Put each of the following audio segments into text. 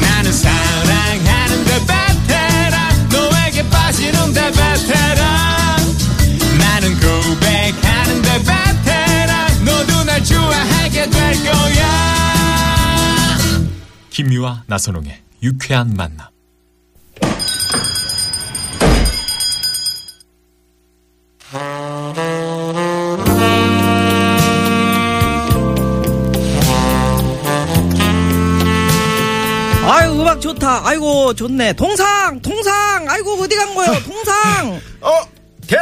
나는 사랑하는데 베테랑 너에게 빠지는데 베테랑 나는 고백하는데 베테랑 너도 날 좋아하게 될 거야 김미화 나선홍의 유쾌한 만남. 아유 음악 좋다 아이고 좋네 동상 동상 아이고 어디 간 거예요 동상 어, 댕결!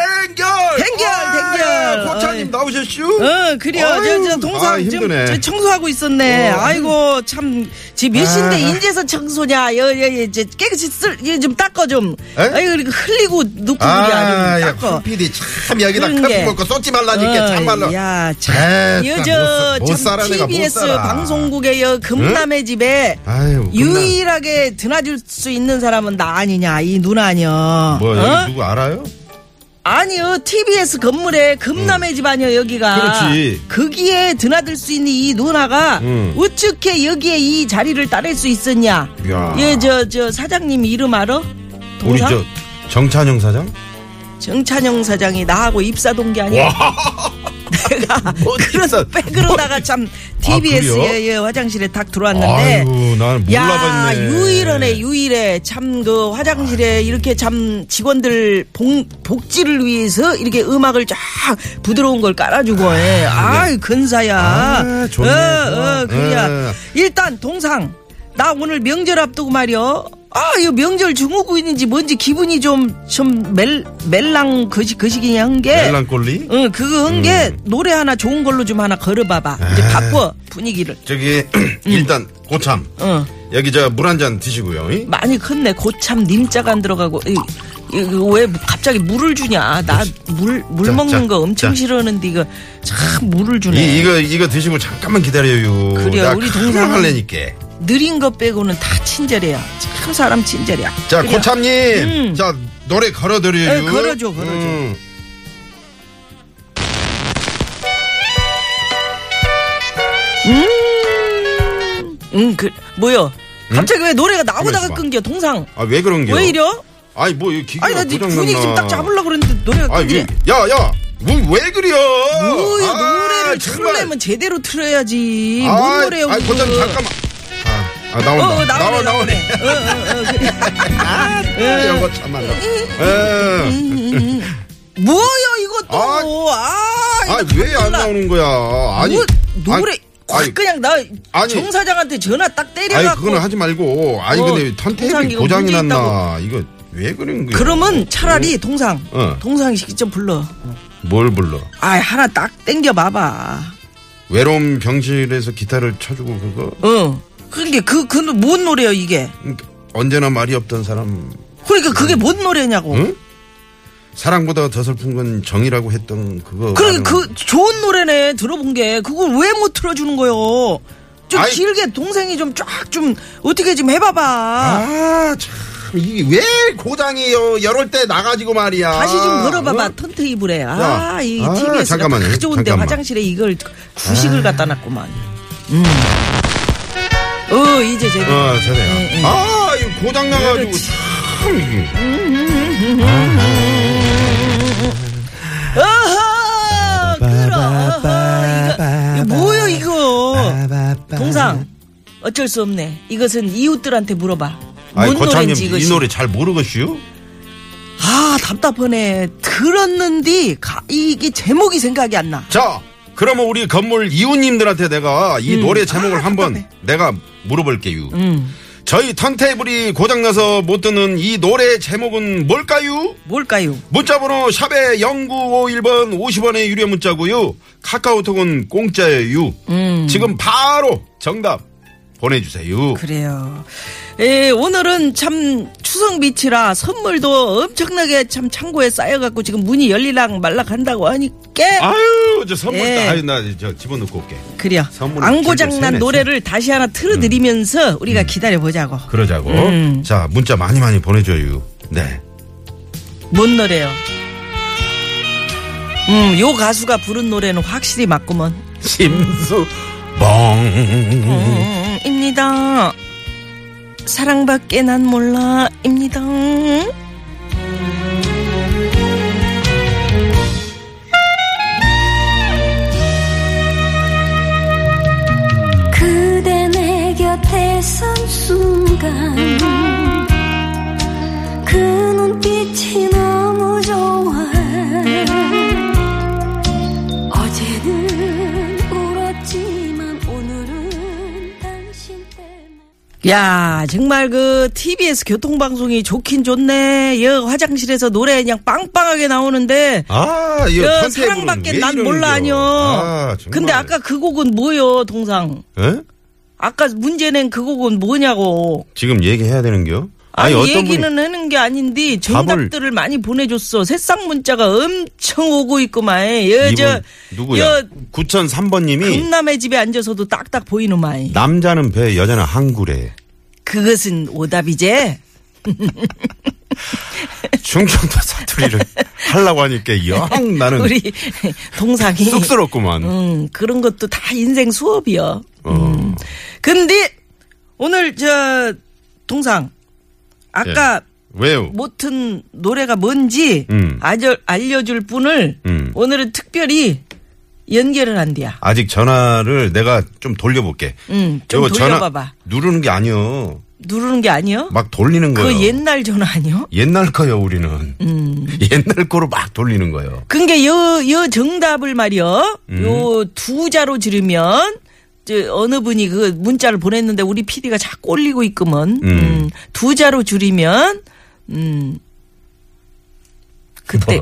댕결, 아, 댕결. 고차님 어이. 나오셨슈? 어 그래요 저, 아유, 저 동상 아, 힘드네. 지금 어, 저 청소하고 있었네 아이고 참집몇 시인데 아. 인제서 청소냐 여여여 이제 깨끗이 쓸, 이거 좀 닦어 좀 에? 아이고 이렇게 흘리고 눕고 아, 그래 야, 좀 닦어 황 PD 참 여기다 그런 게. 컵 먹고 쏟지 말라니까 참말로. 야참 에이, 여저 못 사- 못 살아, 참 내가 못 TBS 살아. 방송국의 여 금남의 집에 아유, 금남. 유일하게 드나들 수 있는 사람은 나 아니냐 이 누나 아니여 뭐, 어? 여기 누구 알아요? 아니요, TBS 건물에 금남의 집 아니요, 여기가. 음. 그렇지. 거기에 드나들 수 있는 이 누나가 음. 어떻게 여기에 이 자리를 따낼 수 있었냐. 이야. 예, 저, 저 사장님 이름 알아? 우리 동상? 저, 정찬영 사장? 정찬영 사장이 나하고 입사 동기 아니야? 내가 뭐 그런 백으로다가 참 TBS 아, 그래요? 의 예, 화장실에 딱 들어왔는데 아유, 난 야, 몰라봤네. 유일하네, 유일해. 참 그 화장실에 이렇게 참 직원들 봉, 복지를 위해서 이렇게 음악을 쫙 부드러운 걸 깔아주고 해. 아이, 근사야. 아, 좋네, 어, 좋아. 어, 그래야. 예. 일단 동상. 나 오늘 명절 앞두고 말이여. 아, 이 명절 증후군인지 뭔지 기분이 좀, 좀 멜, 멜랑 거시, 거시기 한 게. 멜랑꼴리? 음. 응, 그거 한 게 노래 하나 좋은 걸로 좀 하나 걸어봐봐. 아. 이제 바꿔, 분위기를. 저기, 음. 일단, 고참. 응. 여기 저, 물 한 잔 드시고요. 이? 많이 컸네. 고참 님자가 안 들어가고. 이, 이거 왜 갑자기 물을 주냐. 나 물 물 자, 먹는 자, 거 엄청 자. 싫어하는데 이거 참 물을 주네. 이, 이거, 이거 드시고 잠깐만 기다려요. 그래요, 나 우리 큰일 동생은- 할래니까. 느린 거 빼고는 다 친절해요. 참 사람 친절이야. 자, 그냥 고참님. 자, 노래 걸어드려요. 음. 예, 음. 걸어줘, 걸어줘. 음. 음, 그 뭐요? 음? 갑자기 왜 노래가 나오다가 그래, 끊겨? 동상. 아, 왜 그런 게요? 왜 이려? 아니 뭐 이거 기계가 아니 나네 고장났나. 분위기 좀 딱 잡으려고 그랬는데 노래가 아, 끊기네. 왜, 야, 야, 뭐, 왜 그려? 뭐야 아, 노래를 정말. 틀려면 제대로 틀어야지. 아이, 뭔 노래요? 아이, 그거. 고장 잠깐만. 아, 아 어, 나온다. 어, 나와, 나오네, 예. 나오네. 나오네. 어, 어, 어, 그래. 아, 예. 이거 참말로. 에. 그 뭐야 이거 또? 아, 아, 이거 왜 안 깜놀라. 나오는 거야? 아니, 뭐, 노래 아니, 확 그냥 나 아니. 정 사장한테 전화 딱 아니, 때려갖고. 그거는 하지 말고. 아니, 어, 근데 동상 턴테이블 이거 고장이 문제 났나? 이거 왜 그런 거야? 그러면 차라리 동상, 어. 동상식 좀 불러. 뭘 불러? 아, 하나 딱 땡겨 봐봐. 외로움 병실에서 기타를 쳐주고 그거 어. 그게 그 그 뭔 노래요 이게? 그러니까 언제나 말이 없던 사람 그러니까 그게 뭔 노래냐고. 응? 사랑보다 더 슬픈 건 정이라고 했던 그거. 그러니까 그 말하는 좋은 노래네 들어본 게 그걸 왜 못 틀어주는 거요? 좀 아이. 길게 동생이 좀 쫙 좀 어떻게 좀 해봐봐. 아, 참. 이게 왜 고장이에요? 열올 때 나가지고 말이야. 다시 좀 걸어봐봐 어? 턴테이블에 아 야. 이 아, TBS가 잠깐만요. 다 좋은데 잠깐만. 아. 화장실에 이걸 구식을 갖다 놨구만 음. 음어 이제 제대로 어, 응, 저래요. 응. 아, 이거 고장 나가지고 그렇지. 참. 이게. 어허 끌어 어허, 이거, 이거 뭐야 이거 동상 어쩔 수 없네 이것은 이웃들한테 물어봐 아이, 뭔 고창님, 노래인지 이 이것이 노래 잘 모르겠슈? 아 답답하네 들었는데 가- 이게 제목이 생각이 안나 자, 그러면 우리 건물 이웃님들한테 내가 이 음. 노래 제목을 아, 한번 내가 물어볼게요. 저희 턴테이블이 고장나서 못 듣는 이 노래 제목은 뭘까요? 뭘까요 문자번호 샵에 0951번 50원의 유료 문자고요. 카카오톡은 공짜예요. 지금 바로 정답 보내주세요. 음. 그래요. 예, 오늘은 참 추석 밑이라 선물도 엄청나게 참 창고에 쌓여갖고 지금 문이 열리락 말락한다고 하니까 아유, 저 선물, 예. 아유, 나 저 집어넣고 올게. 그래요. 선물을 즐겨 안고장난 세네, 음. 노래를 다시 하나 틀어드리면서 우리가 기다려보자고. 그러자고. 음. 자, 문자 많이 많이 보내줘요. 네. 뭔 노래요? 음, 요 가수가 부른 노래는 확실히 맞구먼. 심수, 뻥. 음, 입니다. 사랑밖에 난 몰라. 입니다. 그대 내 곁에 선 순간 그 눈빛이 너무 좋아 어제는 울었지만 오늘은 당신 때문에 야, 정말 그 TBS 교통방송이 좋긴 좋네. 여 화장실에서 노래 그냥 빵빵하게 나오는데. 아, 이거 여 컨셉으로는 사랑밖에 왜 난 이러는 몰라 겨. 아니요. 아, 정말. 근데 아까 그 곡은 뭐요, 동상? 예? 아까 문제 낸 그 곡은 뭐냐고. 지금 얘기해야 되는겨? 아니, 분이- 얘기는 하는 게 아닌데 답을- 정답들을 많이 보내줬어. 새싹 문자가 엄청 오고 있구만. 여저 이분 누구야? 여 9003번님이 금남의 집에 앉아서도 딱딱 보이는 마이. 남자는 배, 여자는 항구래. 그것은 오답이제. 충청도 사투리를 하려고 하니까 영 나는 우리 동상이. 쑥스럽구만. 음, 그런 것도 다 인생 수업이요. 어. 근데 오늘 저 동상 아까 왜요? 뭐? 못한 노래가 뭔지 예. 음. 아저, 알려줄 분을 음. 오늘은 특별히 연결을 한대야. 아직 전화를 내가 좀 돌려볼게. 음, 좀 이거 돌려봐봐. 누르는 게 아니요. 누르는 게 아니요? 막 돌리는 거예요. 그 옛날 음. 전화 아니요? 옛날 거요 우리는. 옛날 거로 막 돌리는 거요. 근게 여, 여 정답을 말이요. 음. 요 두 자로 지르면 저 어느 분이 그 문자를 보냈는데 우리 PD가 자꾸 올리고 있구먼. 음. 두 자로 줄이면 음 그때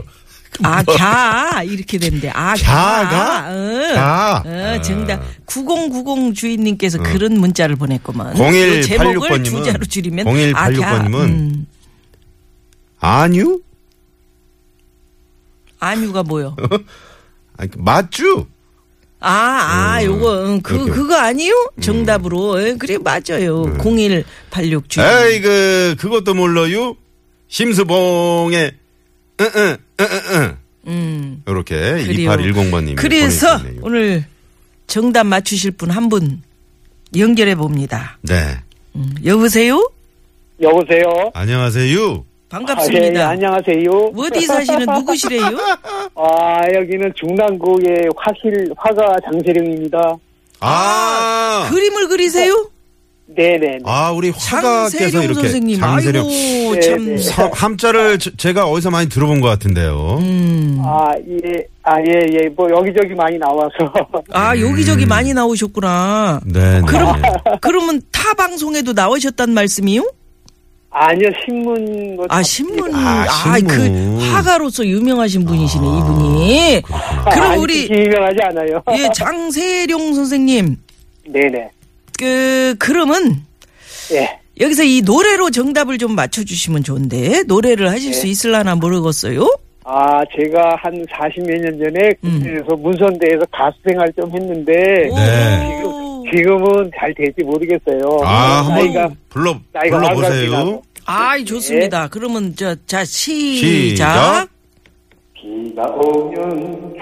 아, 갸 이렇게 된대. 아, 뭐? 갸가? 갸. 응. 갸. 아. 응, 정답. 9090 음. 주인님께서 그런 문자를 보냈구먼. 그 0186 제목을 번님은 두 자로 줄이면 0186 아, 갸. 번님은 음. 아니요? 안유가 뭐요? 아니, 그 맞죠? 아, 아, 요거, 응, 그, 어, 그렇게. 음. 네. 그거 아니요? 정답으로. 예, 그래, 맞아요. 0186 주인. 에이 그 그것도 몰라요. 심수봉의 응응 응응응. 음. 이렇게 그래요. 2810번님이 그래서 오늘 정답 맞추실 분 한 분 연결해 봅니다. 네 음, 여보세요? 여보세요. 안녕하세요. 아, 예, 반갑습니다. 안녕하세요. 어디 사시는 누구시래요? 아, 여기는 중랑구의 화실, 화가 장세령입니다. 아. 그림을 그리세요? 네네. 아, 우리 화가께서 장세령 이렇게 선생님. 장세령 아이고, 네, 참. 네. 서- 함자를 저- 제가 어디서 많이 들어본 것 같은데요. 음. 아, 예, 아, 예, 예. 뭐, 여기저기 많이 나와서. 아, 여기저기 음. 많이 나오셨구나. 네, 네. 그럼, 그러면 타 방송에도 나오셨단 말씀이요? 아니요, 신문. 뭐 아, 잡지. 신문. 아, 아, 신문. 그, 화가로서 유명하신 분이시네, 이분이. 아, 그럼 아니, 우리, 그렇게 유명하지 않아요. 예, 장세룡 선생님. 네네. 그, 그러면 예. 여기서 이 노래로 정답을 좀 맞춰주시면 좋은데, 노래를 하실 네. 수 있을라나 모르겠어요? 아, 제가 한 40몇 년 전에 음. 군대에서 문선대에서 가수 생활 좀 했는데, 네. 오. 지금은 잘 될지 모르겠어요. 아, 한번 나이가, 불러 나이가 불러 보세요. 와가지고. 아이, 좋습니다. 예. 그러면, 저, 자, 시작. 시작. 비가 오면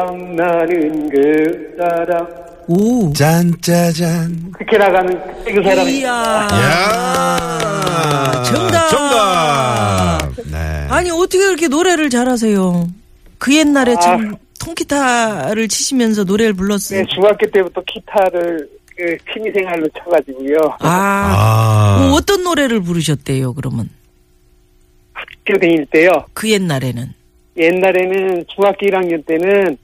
생각나는 그 사람. 오. 짠짜잔. 그렇게 나가는 그 사람이. 이야. 야. 아, 정답. 정답. 네. 아니 어떻게 이렇게 노래를 잘하세요? 그 옛날에 아. 참 통기타를 치시면서 노래를 불렀어요. 네, 중학교 때부터 기타를 그 취미 생활로 쳐가지고요. 아, 아. 뭐 어떤 노래를 부르셨대요? 그러면 학교 다닐 때요. 그 옛날에는 옛날에는 중학교 1학년 때는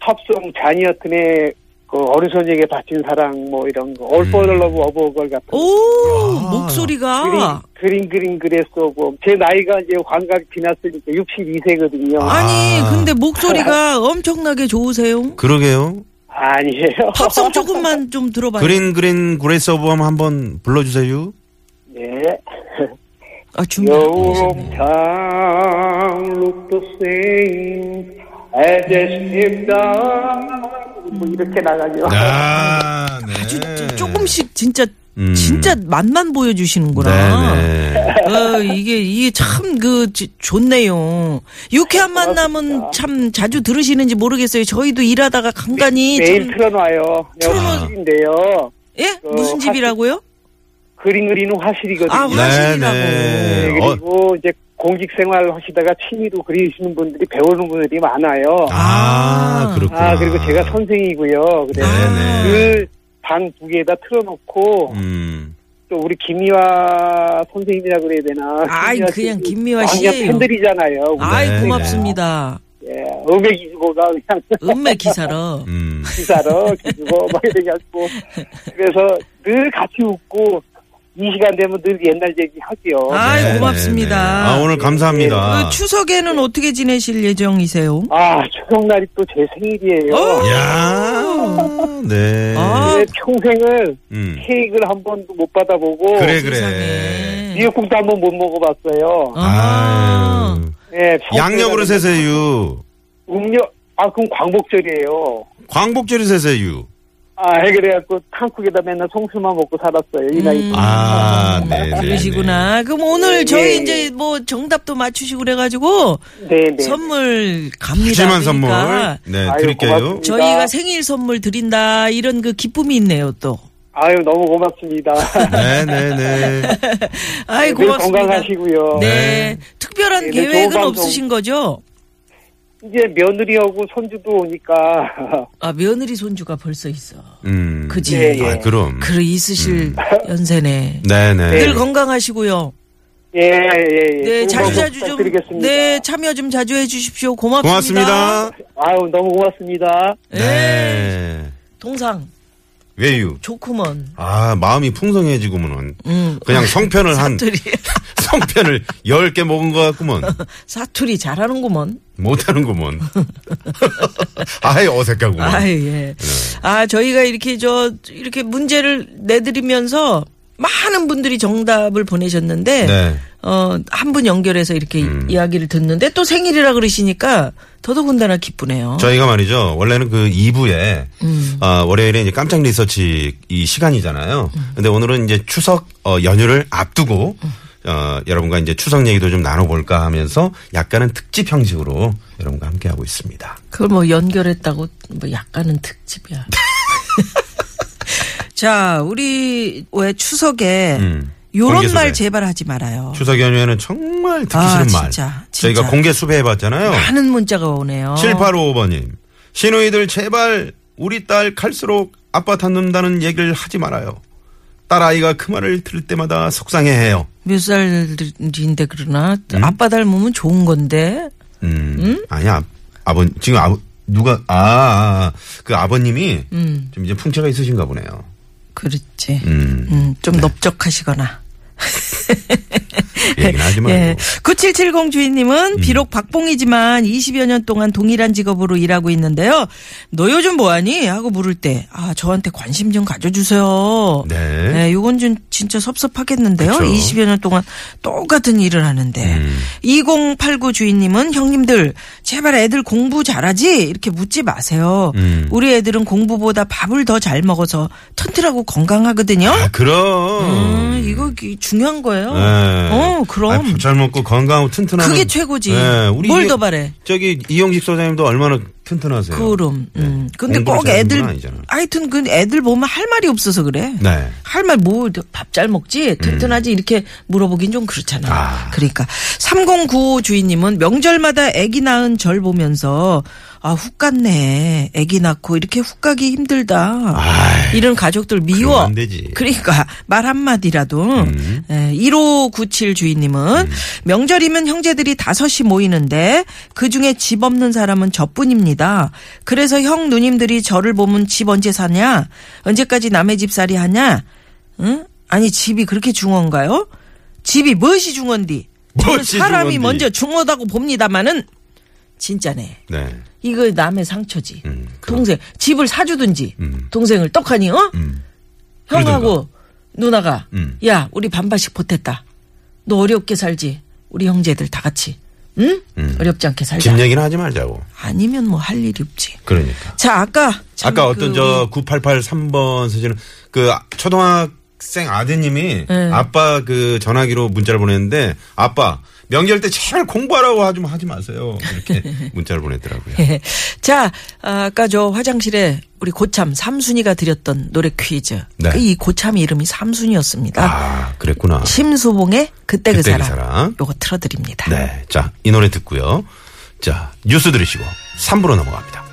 팝송 자니어튼의 그 어느 소녀에게 바친 사랑 뭐 이런 거. All for the love of a girl 같은 거. 오 아. 목소리가 그린, 그린, 그린, 그랬어. 뭐. 제 나이가 이제 환각이 지났으니까 62세거든요. 아. 아니 근데 목소리가 엄청나게 좋으세요. 그러게요. 아니에요. 팝송 조금만 좀 들어봐요. 그린 그린 그레이스 오브 홈 한번 불러주세요. 네. 아, 준비. Your town look the same as if done. 뭐 이렇게 나가죠. 네. 아, 네. 아주 조금씩 진짜 음. 진짜 아, 맛만 보여주시는구나. 네, 네. 어, 이게 이게 참 그 좋네요. 유쾌한 만남은 참 자주 들으시는지 모르겠어요. 저희도 일하다가 간간히 네, 매일 참- 틀어놔요. 틀어놔- 여기인데요. 예 그 무슨 학- 집이라고요? 그림 그리는 화실이거든요. 아, 화실. 화실이라고. 네, 네, 네. 어, 그리고 이제 공직 생활 하시다가 취미로 그리시는 분들이 배우는 분들이 많아요. 아, 아, 그렇구나. 그리고 제가 선생이고요. 그래서 네, 아, 네. 그방 두 개에다 틀어놓고 음. 또 우리 김미화 선생님이라 그래야 되나? 아이, 김미화 그냥 선생님. 김미화 아, 그냥 씨예요. 팬들이잖아요. 아이 네, 고맙습니다. 예, 음악 기주고가 그냥 음매 기사로. 음. 기사로 기주고 막 이래갖고 그래서 늘 같이 웃고 이 시간 되면 늘 옛날 얘기 하지요. 아이 네, 고맙습니다. 네, 네. 아, 오늘 감사합니다. 그 추석에는 어떻게 지내실 예정이세요? 아, 추석날이 또 제 생일이에요. 어? 야, 네. 아, 제 평생을 음. 케이크를 한 번도 못 받아보고 예, 그래, 그래. 세상에. 미역국도 한 번 못 먹어봤어요. 아. 아유. 예, 양력으로 평생을 세세유. 음력 아 그럼 광복절이에요. 광복절이 세세유. 아 그래갖고 한국에다 맨날 송수만 먹고 살았어요. 이 나이. 음. 때. 아, 네, 네. 그러시구나. 그럼 오늘 네, 저희 네. 이제 뭐 정답도 맞추시고 그래가지고 네네. 선물 갑니다. 푸짐한 선물. 그러니까 네, 아유, 드릴게요. 고맙습니다. 저희가 생일 선물 드린다 이런 그 기쁨이 있네요 또. 아유 너무 고맙습니다. 네, 네, 네. 아이 늘 고맙습니다. 건강하시고요. 네. 특별한 네, 네, 좋은 계획은 방송. 없으신 거죠? 이제 며느리하고 손주도 오니까 아 며느리 손주가 벌써 있어. 음. 그지. 예, 예. 아, 그럼. 그래 있으실 연세네. 네, 네. 늘 건강하시고요. 예예 예. 예. 네 좋은 자주 자주 방송 좀 부탁드리겠습니다. 네 참여 좀 자주 해주십시오. 고맙습니다. 아유 너무 고맙습니다. 네. 네. 동상 왜유? 좋구먼. 아, 마음이 풍성해지구먼. 음. 그냥 성편을 한, 사투리 성편을 열 개 먹은 것 같구먼. 사투리 잘하는구먼. 못하는구먼. 아예 어색하구먼. 아, 예. 아, 저희가 이렇게 저, 이렇게 문제를 내드리면서 많은 분들이 정답을 보내셨는데, 네. 음. 어, 한 분 연결해서 이렇게 이야기를 듣는데 또 생일이라 그러시니까 더더군다나 기쁘네요. 저희가 말이죠. 원래는 그 2부에 음. 아, 월요일에 이제 깜짝 리서치 이 시간이잖아요. 음. 근데 오늘은 이제 추석 어, 연휴를 앞두고 어, 여러분과 이제 추석 얘기도 좀 나눠볼까 하면서 약간은 특집 형식으로 여러분과 함께 하고 있습니다. 그걸 뭐 연결했다고 뭐 약간은 특집이야. 자, 우리 왜 추석에 음. 요런 공개 말 수배. 제발 하지 말아요. 추석 연휴에는 정말 듣기 아, 싫은 말. 진짜, 진짜. 저희가 공개 수배해봤잖아요. 많은 문자가 오네요. 7855번님. 시누이들 제발 우리 딸 갈수록 아빠 닮는다는 얘기를 하지 말아요. 딸아이가 그 말을 들을 때마다 속상해해요. 몇 살인데 그러나 아빠 닮으면 좋은 건데 음. 아니야. 아버 지금 아버 누가 아, 아, 아. 그 아버님이 음. 좀 이제 풍채가 있으신가 보네요. 그렇지. 음. 음, 좀 넓적하시거나. 얘기는 하지 말고. 예. 9770 주인님은 음. 비록 박봉이지만 20여 년 동안 동일한 직업으로 일하고 있는데요. 너 요즘 뭐하니? 하고 물을 때, 아, 저한테 관심 좀 가져주세요. 네. 요건 좀 진짜 섭섭하겠는데요. 그쵸. 음. 20여 년 동안 똑같은 일을 하는데. 2089 주인님은 형님들, 제발 애들 공부 잘하지? 이렇게 묻지 마세요. 음. 우리 애들은 공부보다 밥을 더 잘 먹어서 튼튼하고 건강하거든요. 아, 그럼. 음, 이거 기- 중요한 거예요. 네. 어, 그럼. 아, 밥잘 먹고 건강하고 튼튼한. 그게 최고지. 네, 우리 뭘 이게- 더 바래? 저기 이영식 소장님도 얼마나 튼튼하세요. 그럼. 음. 근데 공부를 꼭 네. 잘하는 애들 건 아니잖아. 하여튼 그 애들 보면 할 말이 없어서 그래. 네. 음. 할 말 뭐 밥 잘 먹지 튼튼하지 이렇게 물어보긴 좀 그렇잖아. 아. 그러니까 3095 주인님은 명절마다 아기 낳은 절 보면서 아 훅 갔네. 아기 낳고 이렇게 훅 가기 힘들다. 아이, 이런 가족들 미워. 네. 그러면 안 되지. 음. 그러니까 말 한마디라도 에, 1597 주인님은 명절이면 형제들이 다섯이 모이는데 그중에 집 없는 사람은 저뿐입니다. 그래서 형 누님들이 저를 보면 집 언제 사냐? 언제까지 남의 집살이 하냐? 응? 아니 집이 그렇게 중헌가요? 집이 무엇이 중헌디? 저는 무엇이 사람이 중헌디? 먼저 중헌다고 봅니다마는 진짜네. 네. 이거 남의 상처지. 음, 그럼. 동생 집을 사주든지 음. 동생을 떡하니 어 음. 형하고 누나가 음. 야 우리 반반씩 보탰다. 너 어렵게 살지. 우리 형제들 다 같이 응 음. 어렵지 않게 살자. 집 얘기는 하지 말자고. 아니면 뭐 할 일이 없지. 그러니까. 자 아까 참 아까 그 어떤 저 9883번 사진은 그 초등학생 아드님이 네. 아빠 그 전화기로 문자를 보냈는데 아빠 명절 때 제발 공부하라고 하지 마- 하지 마세요. 이렇게 문자를 보냈더라고요. 우리- 예. 자 아까 저 화장실에 우리 고참 삼순이가 드렸던 노래 퀴즈. 네. 그이 고참 이름이 삼순이었습니다. 아, 그랬구나. 심수봉의 그때 그 그때 그 사람. 사람. 요거 틀어드립니다. 네. 자, 이 노래 듣고요. 자, 뉴스 들으시고 3부로 넘어갑니다. 그그